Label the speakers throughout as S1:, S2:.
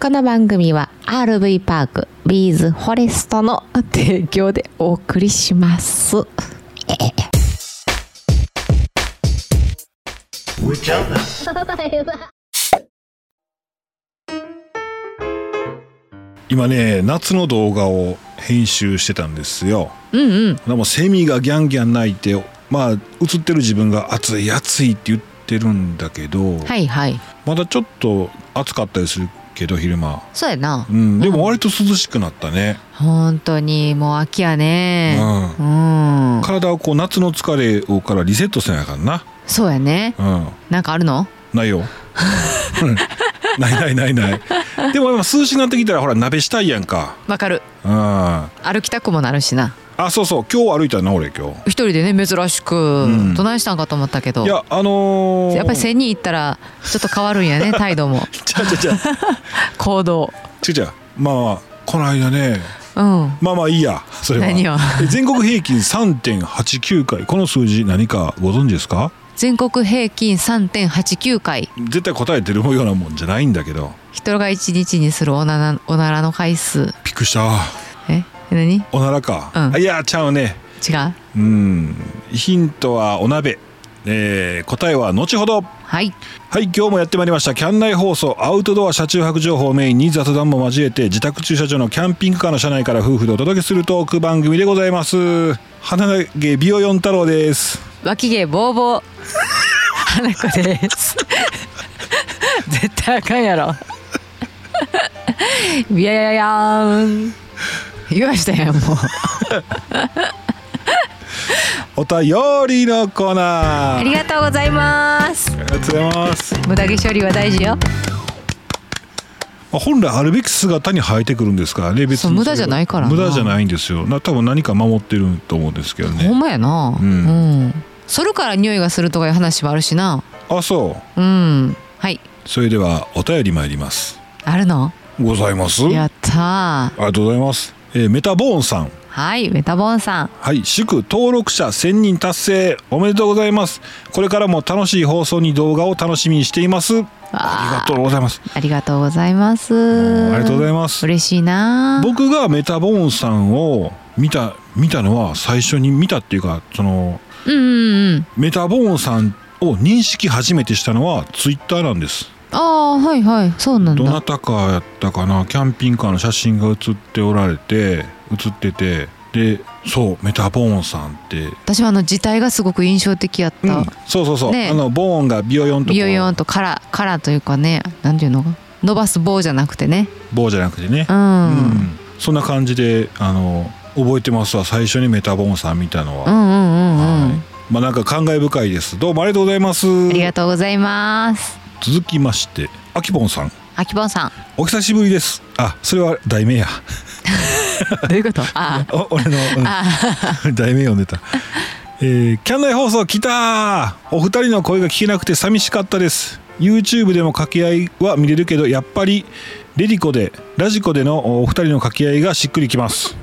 S1: この番組は RV パークビーズフォレストの提供でお送りします。
S2: 今ね夏の動画を編集してたんですよ
S1: うんうん。
S2: でもセミがギャンギャン鳴いてまあ映ってる自分が暑い暑いって言ってるんだけど、
S1: はいはい。
S2: まだちょっと暑かったりするけど昼間、
S1: そうやな
S2: う。ん、でも割と涼しくなったね、
S1: 本当にもう秋やね。
S2: う
S1: うん
S2: ん、。体をこう夏の疲れをからリセットせなあかんな、
S1: そうやね。
S2: うん、
S1: なんかあるの
S2: ないようんないないないないでも今涼しくなってきたらほら鍋したいやんか
S1: わかる。
S2: うんあ
S1: 歩きたくもなるしな。
S2: そうそう今日歩いたな俺今日
S1: 一人でね珍しく
S2: うん
S1: どないしたんかと思ったけど、
S2: いやあのー、
S1: やっぱり仙人行ったらちょっと変わるんや ね態度も
S2: ちゃうちゃうちゃう
S1: 行動
S2: ちゃうちゃうまあこの間ね
S1: うん
S2: まあまあいいやそれは
S1: 何を
S2: 全国平均3.89回この数字何かご存知ですか
S1: 全国平均3.89回
S2: 絶対答えてるようなもんじゃないんだけど
S1: 人が1日にするおならおならの回数
S2: びっくりした
S1: え何違う
S2: おならか、
S1: うん
S2: あいやちゃうねうんヒントはお鍋、えー答えは後ほど
S1: はい
S2: はい今日もやってまいりましたキャン内放送アウトドア車中泊情報をメインに雑談も交えて自宅駐車場のキャンピングカーの車内から夫婦でお届けするトーク番組でございます花毛美容四太郎です
S1: 脇毛ボーボー花子です絶対あかんやろビヤヤヤーン言いましたやんもう
S2: お便りのコーナー
S1: ありがとうございます
S2: ありがとうございます、ま
S1: 無駄毛処理は大事よ
S2: あ、本来あるべき姿に生えてくるんですからね別
S1: そう
S2: に
S1: 無駄じゃないからな
S2: 無駄じゃないんですよな多分何か守ってると思うんですけど
S1: ほん
S2: ね
S1: まやな
S2: う
S1: うんん、剃るから匂いがするとかいう話もあるしな
S2: あそう
S1: うんはい
S2: それではお便り参ります
S1: あるの
S2: ございます
S1: やったー
S2: ありがとうございます、えーメタボーンさん
S1: はいメタボンさん
S2: はい祝登録者1000人達成おめでとうございますこれからも楽しい放送に動画を楽しみにしていますありがとうございます
S1: ありがとうございます
S2: ありがとうござい
S1: ま
S2: ます
S1: 嬉しいなー
S2: 僕がメタボーンさんを見た見たのは最初に見たっていうかその
S1: うんうんうん
S2: メタボーンさんを認識初めてしたのはツイッターなんです
S1: ああーはいはいそうなん
S2: どな
S1: だ
S2: たかやったかなキャンピングカーの写真が写っておられて写っててでそうメタボーンさんって
S1: 私はあの字体がすごく印象的やっ
S2: うん
S1: た、
S2: そうそうそう、
S1: ねえ
S2: あのボーンがビヨヨンとこう
S1: ビヨヨンとカラカラというかねなんていうの伸ばす棒じゃなくてね
S2: 棒じゃなくてね
S1: う、
S2: うん
S1: ん、
S2: そんな感じであの覚えてますわ最初にメタボーンさん見たの
S1: うんうん
S2: は、
S1: うんうん、
S2: はいまあなんか感慨深いですどうもありがとうございます
S1: ありがとうございます。
S2: 続きましてあきぼんさん
S1: あきぼんさん。
S2: お久しぶりですあそれは題名や
S1: どういうこと？ あ
S2: お俺の、うん題名読んでた。えー、キャンナイ放送来たーお二人の声が聞けなくて寂しかったです。YouTube でも掛け合いは見れるけど、やっぱりレディコで、ラジコでのお二人の掛け合いがしっくりきます。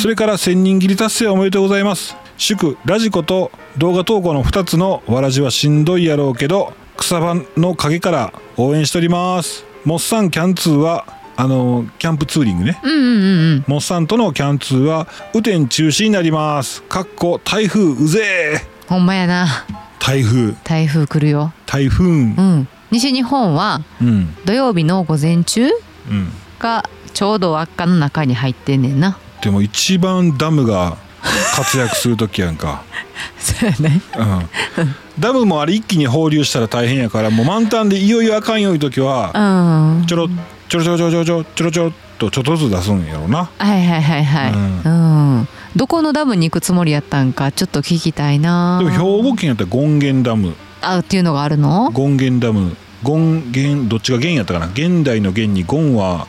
S2: それから千人切り達成おめでとうございます。祝、ラジコと動画投稿の2つのわらじはしんどいやろうけど、草場の陰から応援しております。モッサンキャンツーは、あのキャンプツーリングね。
S1: うんうんうんうん。
S2: モッサンとのキャンツーは雨天中止になります。かっこ台風うぜえ
S1: ほんまやな。
S2: 台風、
S1: 台風来るよ。
S2: 台風。うん
S1: う、ん。西日本は
S2: うん、
S1: 土曜日の午前中がちょうど輪っかの中に入ってんねんな。
S2: でも一番ダムが活躍する時や んか。
S1: そうやね。
S2: うん、ダムもあれ一気に放流したら大変やから、もう満タンでいよいよあかんよいう時
S1: うん。
S2: は、
S1: はい
S2: ちょろちょろちょろちょろちょろちょろちょろっとちょっとずつ出すんやろうな。
S1: はいはいはい。うん。どこのダムに行くつもりやったんかちょっと聞きたいな。
S2: でも兵庫県やったら権現ダム、
S1: あっていうのがあるの？
S2: 権現ダム、権現どっちが現やったかな。現代の現に権は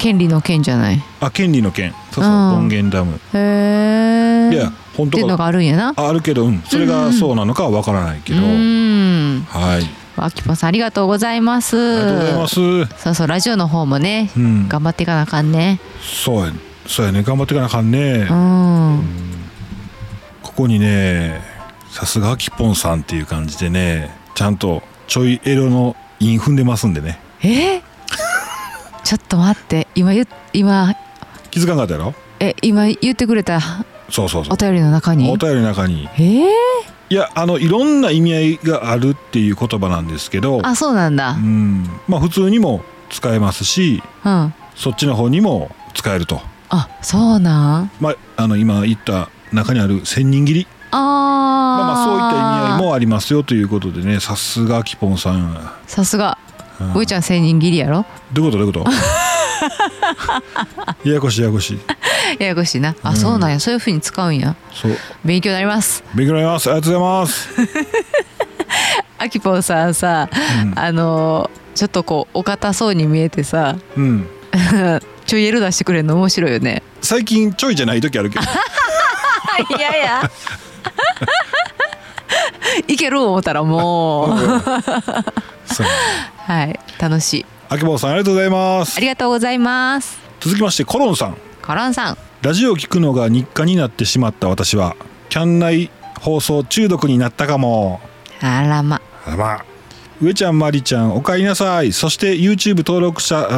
S1: 権利の権じゃない。へ
S2: あ権利の権。そうそう、
S1: うん
S2: 権現ダム。
S1: え。
S2: いや本
S1: ってい
S2: 当
S1: うの
S2: か
S1: があるんやな。
S2: ああるけど、うん、それ
S1: うんう
S2: が
S1: ん
S2: そうなのかはわからないけど、
S1: うん。
S2: はいあり
S1: あきぽんさんありがとうございます。
S2: がとうございます、う
S1: そうそうラジオの方もね、
S2: ん、
S1: 頑張っていかなあかんね。
S2: そうやそうやね頑張っていかなあかんね、
S1: うん。
S2: ここにねさすがあきぽんさんっていう感じでねちゃんとちょいエロの韻踏んでますんでね
S1: え？ちょっと待って今言っ今
S2: 気づかんかったやろ
S1: え今言ってくれた
S2: そうそうそ
S1: お
S2: う
S1: 便りの中に
S2: お便りの中に
S1: えー、
S2: いやあのいろんな意味合いがあるっていう言葉なんですけど
S1: あそうなんだ
S2: うんまあ普通にも使えますし
S1: うん
S2: そっちの方にも使えると、
S1: あそうなん
S2: まあ、あの今言った中にある千人切り
S1: あー、ま
S2: まあ、まあそういった意味合いもありますよということでねさすがキポンさん、
S1: さすが
S2: うん
S1: ういちゃん千人切りやろ
S2: どういうことどういうことややこしいややこしい
S1: ややこしいなあ、
S2: うん
S1: そうなんやそういうふうに使うんや
S2: そう
S1: 勉強になります
S2: 勉強になりますありがとうございます、
S1: あきぽんさんさあのーちょっとこうお堅そうに見えてさ
S2: うんうん、
S1: ちょいエロ出してくれるの面白いよね
S2: 最近ちょいじゃない時あるけど
S1: いやいや いける思ったらもう
S2: そう
S1: はい楽しい
S2: あけぼうさんありがとうございま
S1: あ
S2: す
S1: りがとうございます
S2: 続きましてコロンさん
S1: カランさん
S2: ラジオを聞くのが日課になってしまった私はキャン内放送中毒になったかも
S1: あらま
S2: あまあ上ちゃんまりちゃんおかえりなさいそして YouTube 登録者あ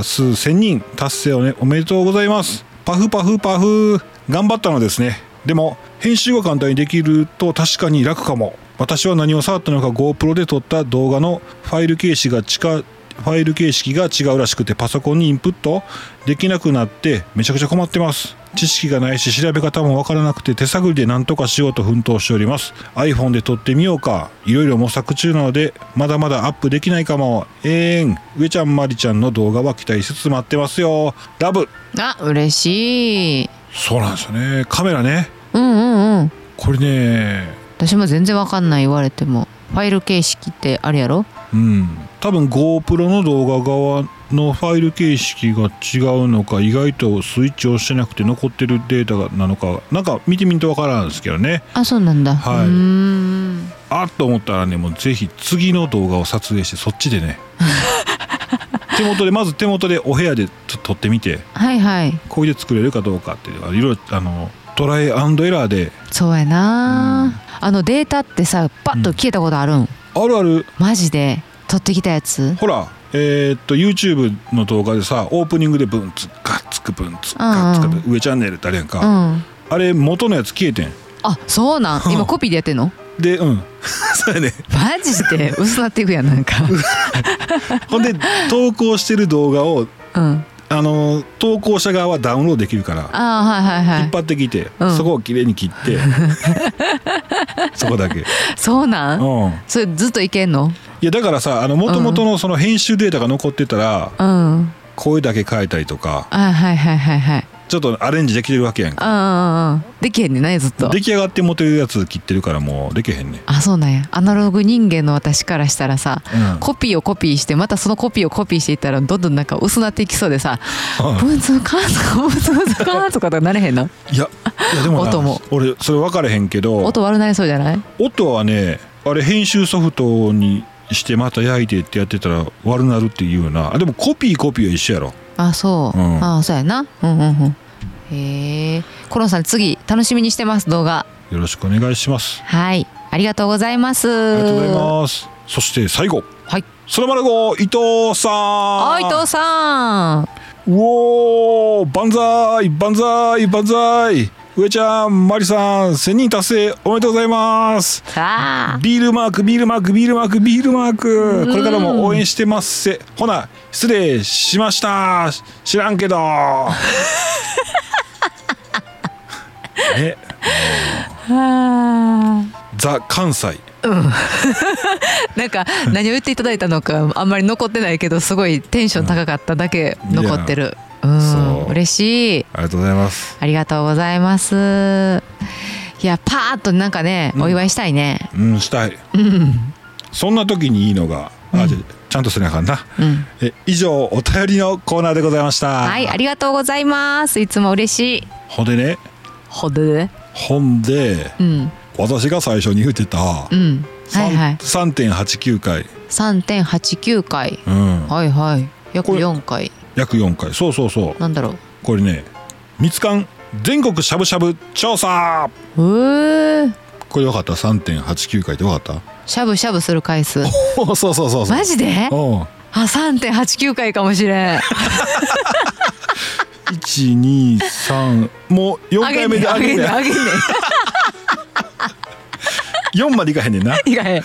S2: ー数1000人達成をねおめでとうございますパフパフパフ頑張ったのですねでも編集が簡単にできると確かに楽かも私は何を触ったのか GoPro で撮った動画のファイル形式が近ファイル形式が違うらしくてパソコンにインプットできなくなってめちゃくちゃ困ってます知識がないし調べ方もわからなくて手探りで何とかしようと奮闘しております iPhone で撮ってみようかいろいろ模索中なのでまだまだアップできないかもえーん上ちゃんまりちゃんの動画は期待しつつ待ってますよラブ
S1: あ嬉しい
S2: そうなんですよねカメラね
S1: うんうんうん
S2: これね
S1: 私も全然わかんない言われてもファイル形式ってあれやろ
S2: うん多分 GoPro の動画側のファイル形式が違うのか意外とスイッチを押してなくて残ってるデータがなのかなんか見てみるとわからんですけどね
S1: あそうなんだ、
S2: はいう
S1: ーん
S2: あっと思ったらねもうぜひ次の動画を撮影してそっちで ね手元でまず手元でお部屋でちょっと撮ってみて
S1: はいはい
S2: これで作れるかどうかっていうのがいろいろあのトライアンドエラーで
S1: そうやな、あのデータってさパッと消えたことあるん、
S2: あるある
S1: マジで取ってきたやつ
S2: ほらえーっと YouTube の動画でさオープニングでブンツッカッツクブンツッカッツク
S1: うんうん
S2: ブン上チャンネルってあれやんか、
S1: うんあ
S2: あれ元のやつ消えてん
S1: そうなん今コピーでやってんの
S2: でうん そうやね
S1: マジ で薄なっていくやんなんか
S2: ほんで投稿してる動画を
S1: うん
S2: あの投稿者側はダウンロードできるから
S1: あーはいはいは
S2: 引っ
S1: い
S2: 張ってきて、
S1: うん
S2: そこをきれいに切って そこだけ、うん、
S1: そうなんそれずっといけんの
S2: いやだからさあの元々のその編集データが残ってたら、
S1: うん
S2: 声だけ変えたりとか
S1: あはいはいはいはい
S2: ちょっとアレンジできてるわけやんか
S1: うんうんうんできへんねんないずっと
S2: 出来上がって持てるやつ切ってるからもうできへんね、
S1: あそうなんやアナログ人間の私からしたらさ
S2: うん
S1: コピーをコピーしてまたそのコピーをコピーしていったらどんどんなんか薄なっていきそうでさ「ブンツカーン」とか「ブンツカーン」とかとかなれへんの
S2: いやいやでもな
S1: 音も
S2: 俺それ分かれへんけど
S1: 音悪なりそうじゃない
S2: 音はねあれ編集ソフトにしてまた焼いてってやってたら悪なるっていうようなあでもコピーコピーは一緒やろ
S1: あそう、
S2: うん
S1: あそうやなうんうんうんへえコロンさん次楽しみにしてます動画
S2: よろしくお願いします
S1: はいありがとうございます
S2: ありがとうございますそして最後
S1: はい
S2: そらまる号伊藤さん
S1: あ伊藤さん
S2: うおー万歳万歳万歳上ちゃんマリさん1000人達成おめでとうございます
S1: さあ
S2: ビールマークビールマークビールマークビールマークこれからも応援してますせほな失礼しました知らんけど ねザ関西
S1: なんか何を言っていただいたのかあんまり残ってないけどすごいテンション高かっただけ残ってるう
S2: そ
S1: ん
S2: う
S1: 嬉しい
S2: ありがとうございます
S1: ありがとうございますいやパーッとなんかね、お祝いしたいね
S2: うんしたい、そんな時にいいのがあ、じゃちゃんとすりゃあかんな、
S1: うん
S2: え以上お便りのコーナーでございました
S1: はいありがとうございますいつも嬉しい
S2: ほんでね
S1: ほどね
S2: ほんで
S1: うん
S2: 私が最初に言ってた、
S1: うんはいはい
S2: 三3.89回、
S1: 3.89回
S2: うん、
S1: はいはい約
S2: これ
S1: 4回
S2: 約4回そうそうそう
S1: なんだろ
S2: これね「みつかん全国しゃぶしゃぶ調査
S1: ううー」
S2: これよかった3.89回でよかった
S1: しゃぶしゃぶする回数
S2: おーそうそうそうそう
S1: マジで
S2: うん
S1: あ3.89回かもしれん
S2: 123もう4
S1: あ
S2: 回目で
S1: あ
S2: 上
S1: げ
S2: げ
S1: んね
S2: ね
S1: んあげんねん
S2: 4までいかへんねんな
S1: 以外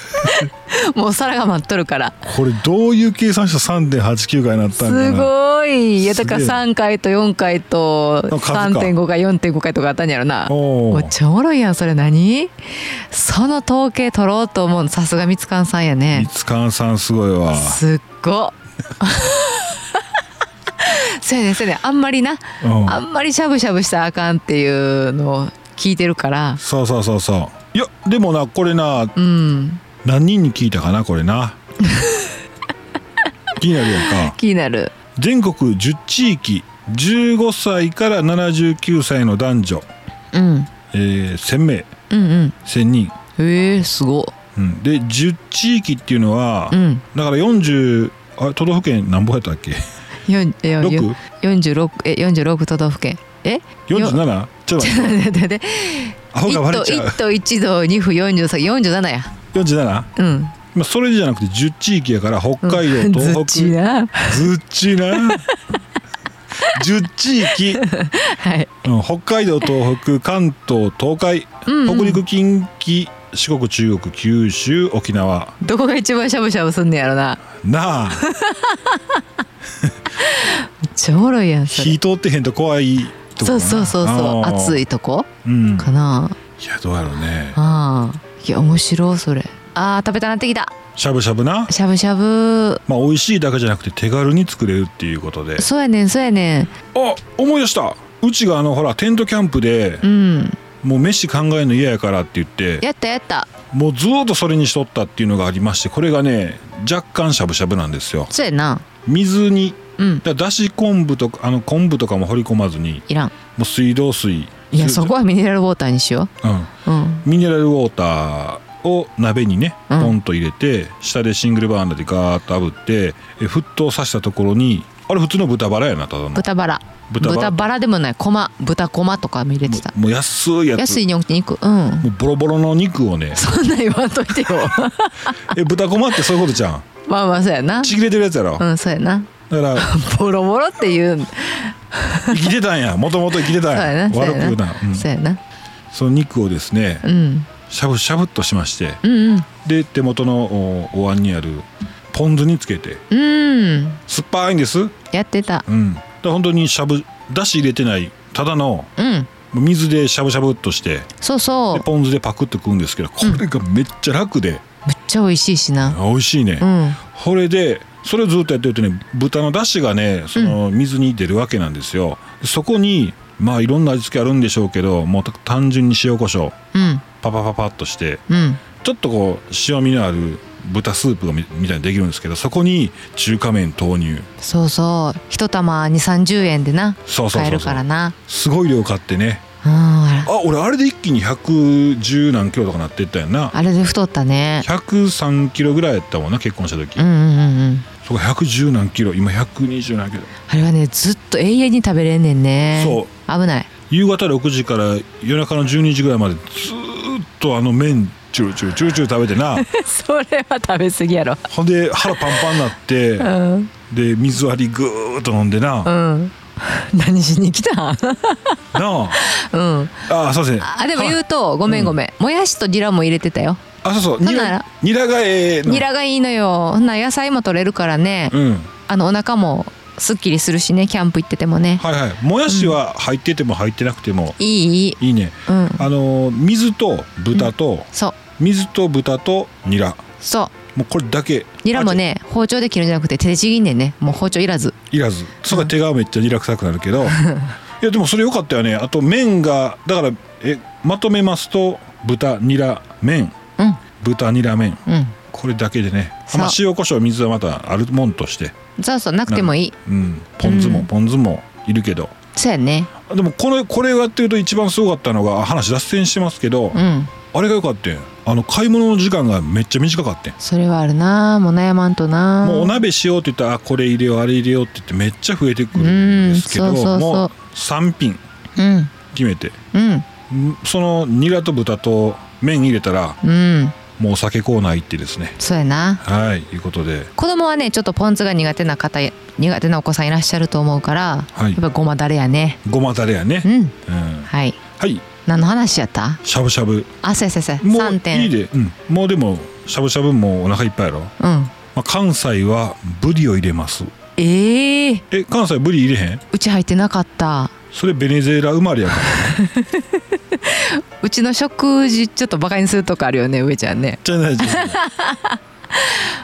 S1: もう皿が待っとるから
S2: これどういう計算したら3.89回になったんかな
S1: すごいいやだから
S2: すげえ
S1: 3回と4回と
S2: の数か
S1: 3.5回4.5回とかあったんやろな
S2: おー
S1: めっちゃおもろいやんそれ何その統計取ろうと思うのさすがみつかんさんやね
S2: 三つかんさんすごいわ
S1: すっ ごそうやねそうやねあんまりな、
S2: うん
S1: あんまりしゃぶしゃぶしたらあかんっていうのを聞いてるから
S2: そうそうそうそういやでもなこれな
S1: うん
S2: 何人に聞いたかなこ れな気になるやんか
S1: 気になる
S2: 全国10地域15歳から79歳の男女、
S1: うん
S2: えー、1000名
S1: うんうん
S2: 1000人、
S1: へえすご
S2: うん、で10地域っていうのは、
S1: うん
S2: だから40あれ都道府県何ぼやったっけ
S1: 四えよ
S2: 6
S1: 四十六え四十六都道府県え
S2: 47? ちょっと待って
S1: ででで
S2: アホ
S1: 一
S2: が割れ
S1: 都
S2: ちゃう
S1: 一都一道二府四十三四十七や
S2: 47?
S1: うん
S2: まあそれじゃなくて10地域やから北
S1: うん
S2: 海道、
S1: ずっ
S2: 東北
S1: ちな
S2: ずっちな10地域、
S1: はい
S2: うん北海道東北関東東海、
S1: うんうん
S2: 北陸近畿四国中国九州沖縄
S1: どこが一番しゃぶしゃぶすんねやろな
S2: なあ
S1: めっちゃおもろいやんそれ
S2: 火通ってへんと怖いとこ
S1: そうそうそうそう暑
S2: い、
S1: いとこ
S2: うん、
S1: かな、
S2: いやどうやろうね
S1: ああいや面白いそれあー食べたなってきた
S2: しゃぶしゃぶな
S1: しゃぶしゃぶ
S2: まあ美味しいだけじゃなくて手軽に作れるっていうことで
S1: そうやねんそうやねん
S2: あ思い出したうちがあのほらテントキャンプで
S1: うん
S2: もう飯考えるの嫌やからって言って
S1: やったやった
S2: もうずーっとそれにしとったっていうのがありましてこれがね若干しゃぶしゃぶなんですよ
S1: そうやな
S2: 水に
S1: うん
S2: だだし昆布とかあの昆布とかも掘り込まずに
S1: いらん
S2: もう水道水
S1: いや
S2: す
S1: そこはミネラルウォーターにしよ
S2: うん
S1: ううん
S2: ミネラルウォーターを鍋にね
S1: うん
S2: ポンと入れて、下でシングルバーナーでガーッと炙ってえ沸騰させたところにあれ普通の豚バラやなただの
S1: 豚バラ
S2: 豚バラ
S1: でもない駒豚駒とかも入れてた
S2: もう安いやつ
S1: 安いにおきて肉うん
S2: もうボロボロの肉をね
S1: そんなん言わんとい てよ
S2: え豚こまってそういうことじゃん
S1: まあまあそうやな
S2: ちぎれてるやつやろ
S1: うんそうやな
S2: だから
S1: ボロボロって言うん
S2: 生きてたんやもともと生きてたん
S1: そう
S2: や
S1: やなそう
S2: 悪
S1: や
S2: く言うな
S1: な、
S2: うん
S1: そうやな
S2: その肉をですね
S1: うん
S2: しゃぶしゃぶっとしまして
S1: うん
S2: で手元のおお椀にあるポン酢につけて
S1: うんうん
S2: 酸っぱいんです
S1: やってた
S2: うんで本当にしゃぶだし入れてないただの
S1: うん
S2: 水でしゃぶしゃぶっとして
S1: そうそ
S2: で
S1: う
S2: ポン酢でパクッと食うんですけどこれがめっちゃ楽で、
S1: めっちゃ美味しいしな
S2: 美味しいね、
S1: うん
S2: これでそれをずっとやってるとね豚の出汁がねその水に出るわけなんですよ、そこにまあいろんな味付けあるんでしょうけどもう単純に塩コショウ
S1: うん
S2: パパパパッとして
S1: うん
S2: ちょっとこう塩味のある豚スープがみみたいにできるんですけどそこに中華麺投入
S1: そうそう一玉2三3 0円でな
S2: そうそうそうそう
S1: 買えるからな
S2: すごい量買ってね
S1: うんあ
S2: あ俺あれで一気に110何キロとかなってったやんな
S1: らあれで太ったね
S2: 103キロぐらいやったもんな結婚した時、
S1: うんうんうんうん
S2: そこ110何キロ今120何キロ
S1: あれはねずっと永遠に食べれんねんね
S2: そう
S1: 危ない
S2: 夕方6時から夜中の12時ぐらいまでずーっとあの麺チュルチュルチュルチュル食べて な
S1: それは食べ過ぎやろ
S2: ほんで腹パンパンになって
S1: うん
S2: で水割りぐーっと飲んでな、
S1: う
S2: なん
S1: 何しに来た
S2: あ
S1: うん
S2: あーそうですね
S1: あでも言うとごめんごめん、もやしとニラも入れてたよ
S2: あそうそう
S1: ほん
S2: ニ
S1: な
S2: ラ
S1: ら
S2: ニラがええの
S1: ニラがいいのよほんなら野菜も取れるからね、
S2: うん
S1: あのお腹もすっきりするしねキャンプ行っててもね、
S2: はいはいもやしは入ってても入ってなくても
S1: い、いいい
S2: いいね、
S1: うん
S2: あのー水と豚と、
S1: そう
S2: 水と豚とニラ
S1: そう
S2: もうこれだけ
S1: ニラもね包丁で切るんじゃなくて手でちぎんねんねもう包丁いらず
S2: いらずそれが手がめっちゃリラクサくなるけどいやでもそれ良かったよねあと麺がだからえまとめますと豚ニラ麺
S1: うん
S2: 豚ニラ麺
S1: う
S2: これだけでねあまあ
S1: そ
S2: 塩コショウ水はまたあるもんとして、
S1: んそうそうなくてもいい
S2: うん、ポン酢も、
S1: うん
S2: ポン酢もいるけど
S1: そうやね
S2: でもこれこれをやってると一番すごかったのがあ話脱線してますけど、
S1: うん
S2: あれが良かったよあの買い物の時間がめっちゃ短かったよ
S1: それはあるなもう悩まんとな
S2: もうお鍋しようって言ったらあこれ入れようあれ入れようって言ってめっちゃ増えてくるんですけど、
S1: うんそうそうそう
S2: もう3品
S1: うん
S2: 決めて
S1: うん
S2: んそのニラと豚と麺入れたら
S1: うん
S2: もうお酒コーナー行ってですね
S1: そうやな
S2: はいいうことで
S1: 子供はねちょっとポン酢が苦手な方苦手なお子さんいらっしゃると思うから、
S2: はい
S1: やっぱごまだれやね
S2: ごまだれやね
S1: うん
S2: うん
S1: はい
S2: はい
S1: 何の話やった
S2: しゃぶしゃぶ
S1: あそうやそうやそう
S2: も
S1: や3
S2: う
S1: 点
S2: いいで、うん、もうでもしゃぶしゃぶもお腹いっぱいやろ、ま
S1: うん
S2: あ、関西はブリを入れます
S1: ええ
S2: え関西ブリ入れへん
S1: うち入ってなかった
S2: それベネズエラ生まれやから
S1: うちの食事ちょっとバカにするとかあるよね上ちゃんね
S2: じゃないじゃない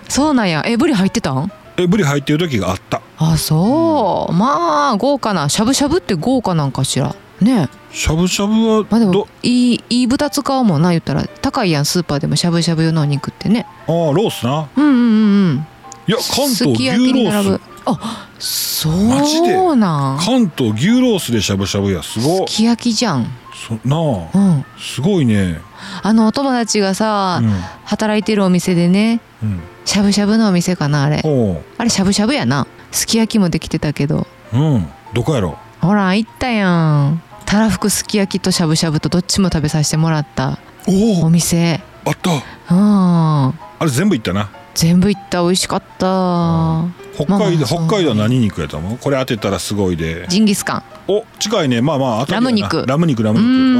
S1: そうなんやえブリ入ってたん
S2: えブリ入ってる時があった
S1: あそう、まあ豪華なしゃぶしゃぶって豪華なんかしらね
S2: しゃぶしゃぶは
S1: まあでも
S2: ど
S1: いいいい豚使うもんな言ったら高いやんスーパーでもしゃぶしゃぶ用のお肉ってね
S2: あーロースな
S1: うんうんうんうん
S2: いや関東
S1: すき
S2: 牛
S1: 焼きに
S2: ロ
S1: 並ぶ
S2: ース
S1: あそ
S2: マジで
S1: うなん
S2: 関東牛ロースでしゃぶしゃぶやすご
S1: す
S2: っ
S1: き焼きじゃん
S2: そな
S1: う
S2: あ
S1: ん
S2: すごいね
S1: あのお友達がさ、
S2: う
S1: 働いてるお店でね
S2: んうん
S1: しゃぶしゃぶのお店かなあれ
S2: おう
S1: あれしゃぶしゃぶやなすき焼きもできてたけど
S2: うんどこやろ
S1: ほら行ったやんたらふくすき焼きとしゃぶしゃぶとどっちも食べさせてもらった
S2: お
S1: お
S2: お
S1: 店
S2: あった
S1: うん
S2: あれ全部いったな
S1: 全部行った美味しかった
S2: 北
S1: まあまあ
S2: 海道
S1: そう
S2: 北海道は何肉やと思うこれ当てたらすごいで
S1: ジンギスカン
S2: お近いねまあまあ当たり
S1: ラ
S2: やな
S1: ム肉
S2: ラム肉ラ
S1: う
S2: ム
S1: ーん
S2: 肉お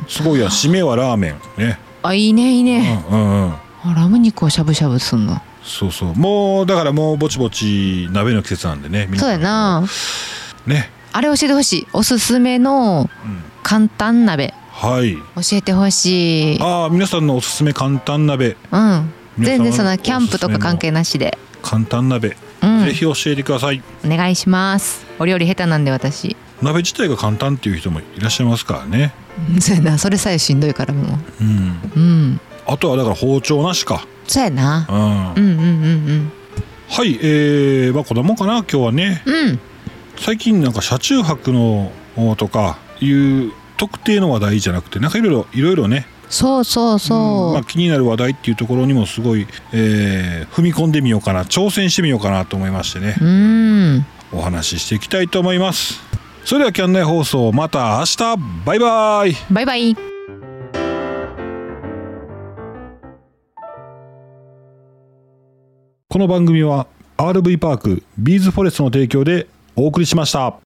S2: ーすごいやん締めはラーメンね
S1: あいいねいいね、
S2: うんうんうん
S1: あラム肉をしゃぶしゃぶすんの
S2: そうそうもうだからもうぼちぼち鍋の季節なんでね皆
S1: そう
S2: さ
S1: や
S2: ん
S1: な
S2: ね、
S1: あれ教えてほしいおすすめの
S2: うん、
S1: 簡単鍋
S2: はい
S1: 教えてほしい
S2: ああ皆さんのおすすめ簡単鍋
S1: うん
S2: 皆様
S1: 全
S2: の
S1: 然そのキャンプとか関係なしで
S2: 簡単鍋、
S1: うん
S2: ぜひ教えてください
S1: お願いしますお料理下手なんで私
S2: 鍋自体が簡単っていう人もいらっしゃいますからね
S1: うんそうやなそれさえしんどいからも
S2: うん
S1: ううん
S2: あとはだから包丁なしか
S1: そうやな
S2: うん、は
S1: うんうんうん
S2: いえー、まあこんなもんかな今日はね
S1: うんうん
S2: 最近なんか車中泊のおとかいう特定の話題じゃなくてなんかいろいろいろいろね
S1: そうそう
S2: うんま
S1: そ
S2: あ、気になる話題っていうところにもすごい、えー踏み込んでみようかな挑戦してみようかなと思いましてね
S1: ううん
S2: お話ししていきたいと思いますそれではキャンナイ放送また明日バイバイ
S1: バイバイ
S2: この番組は RV パークビーズフォレストの提供でお送りしました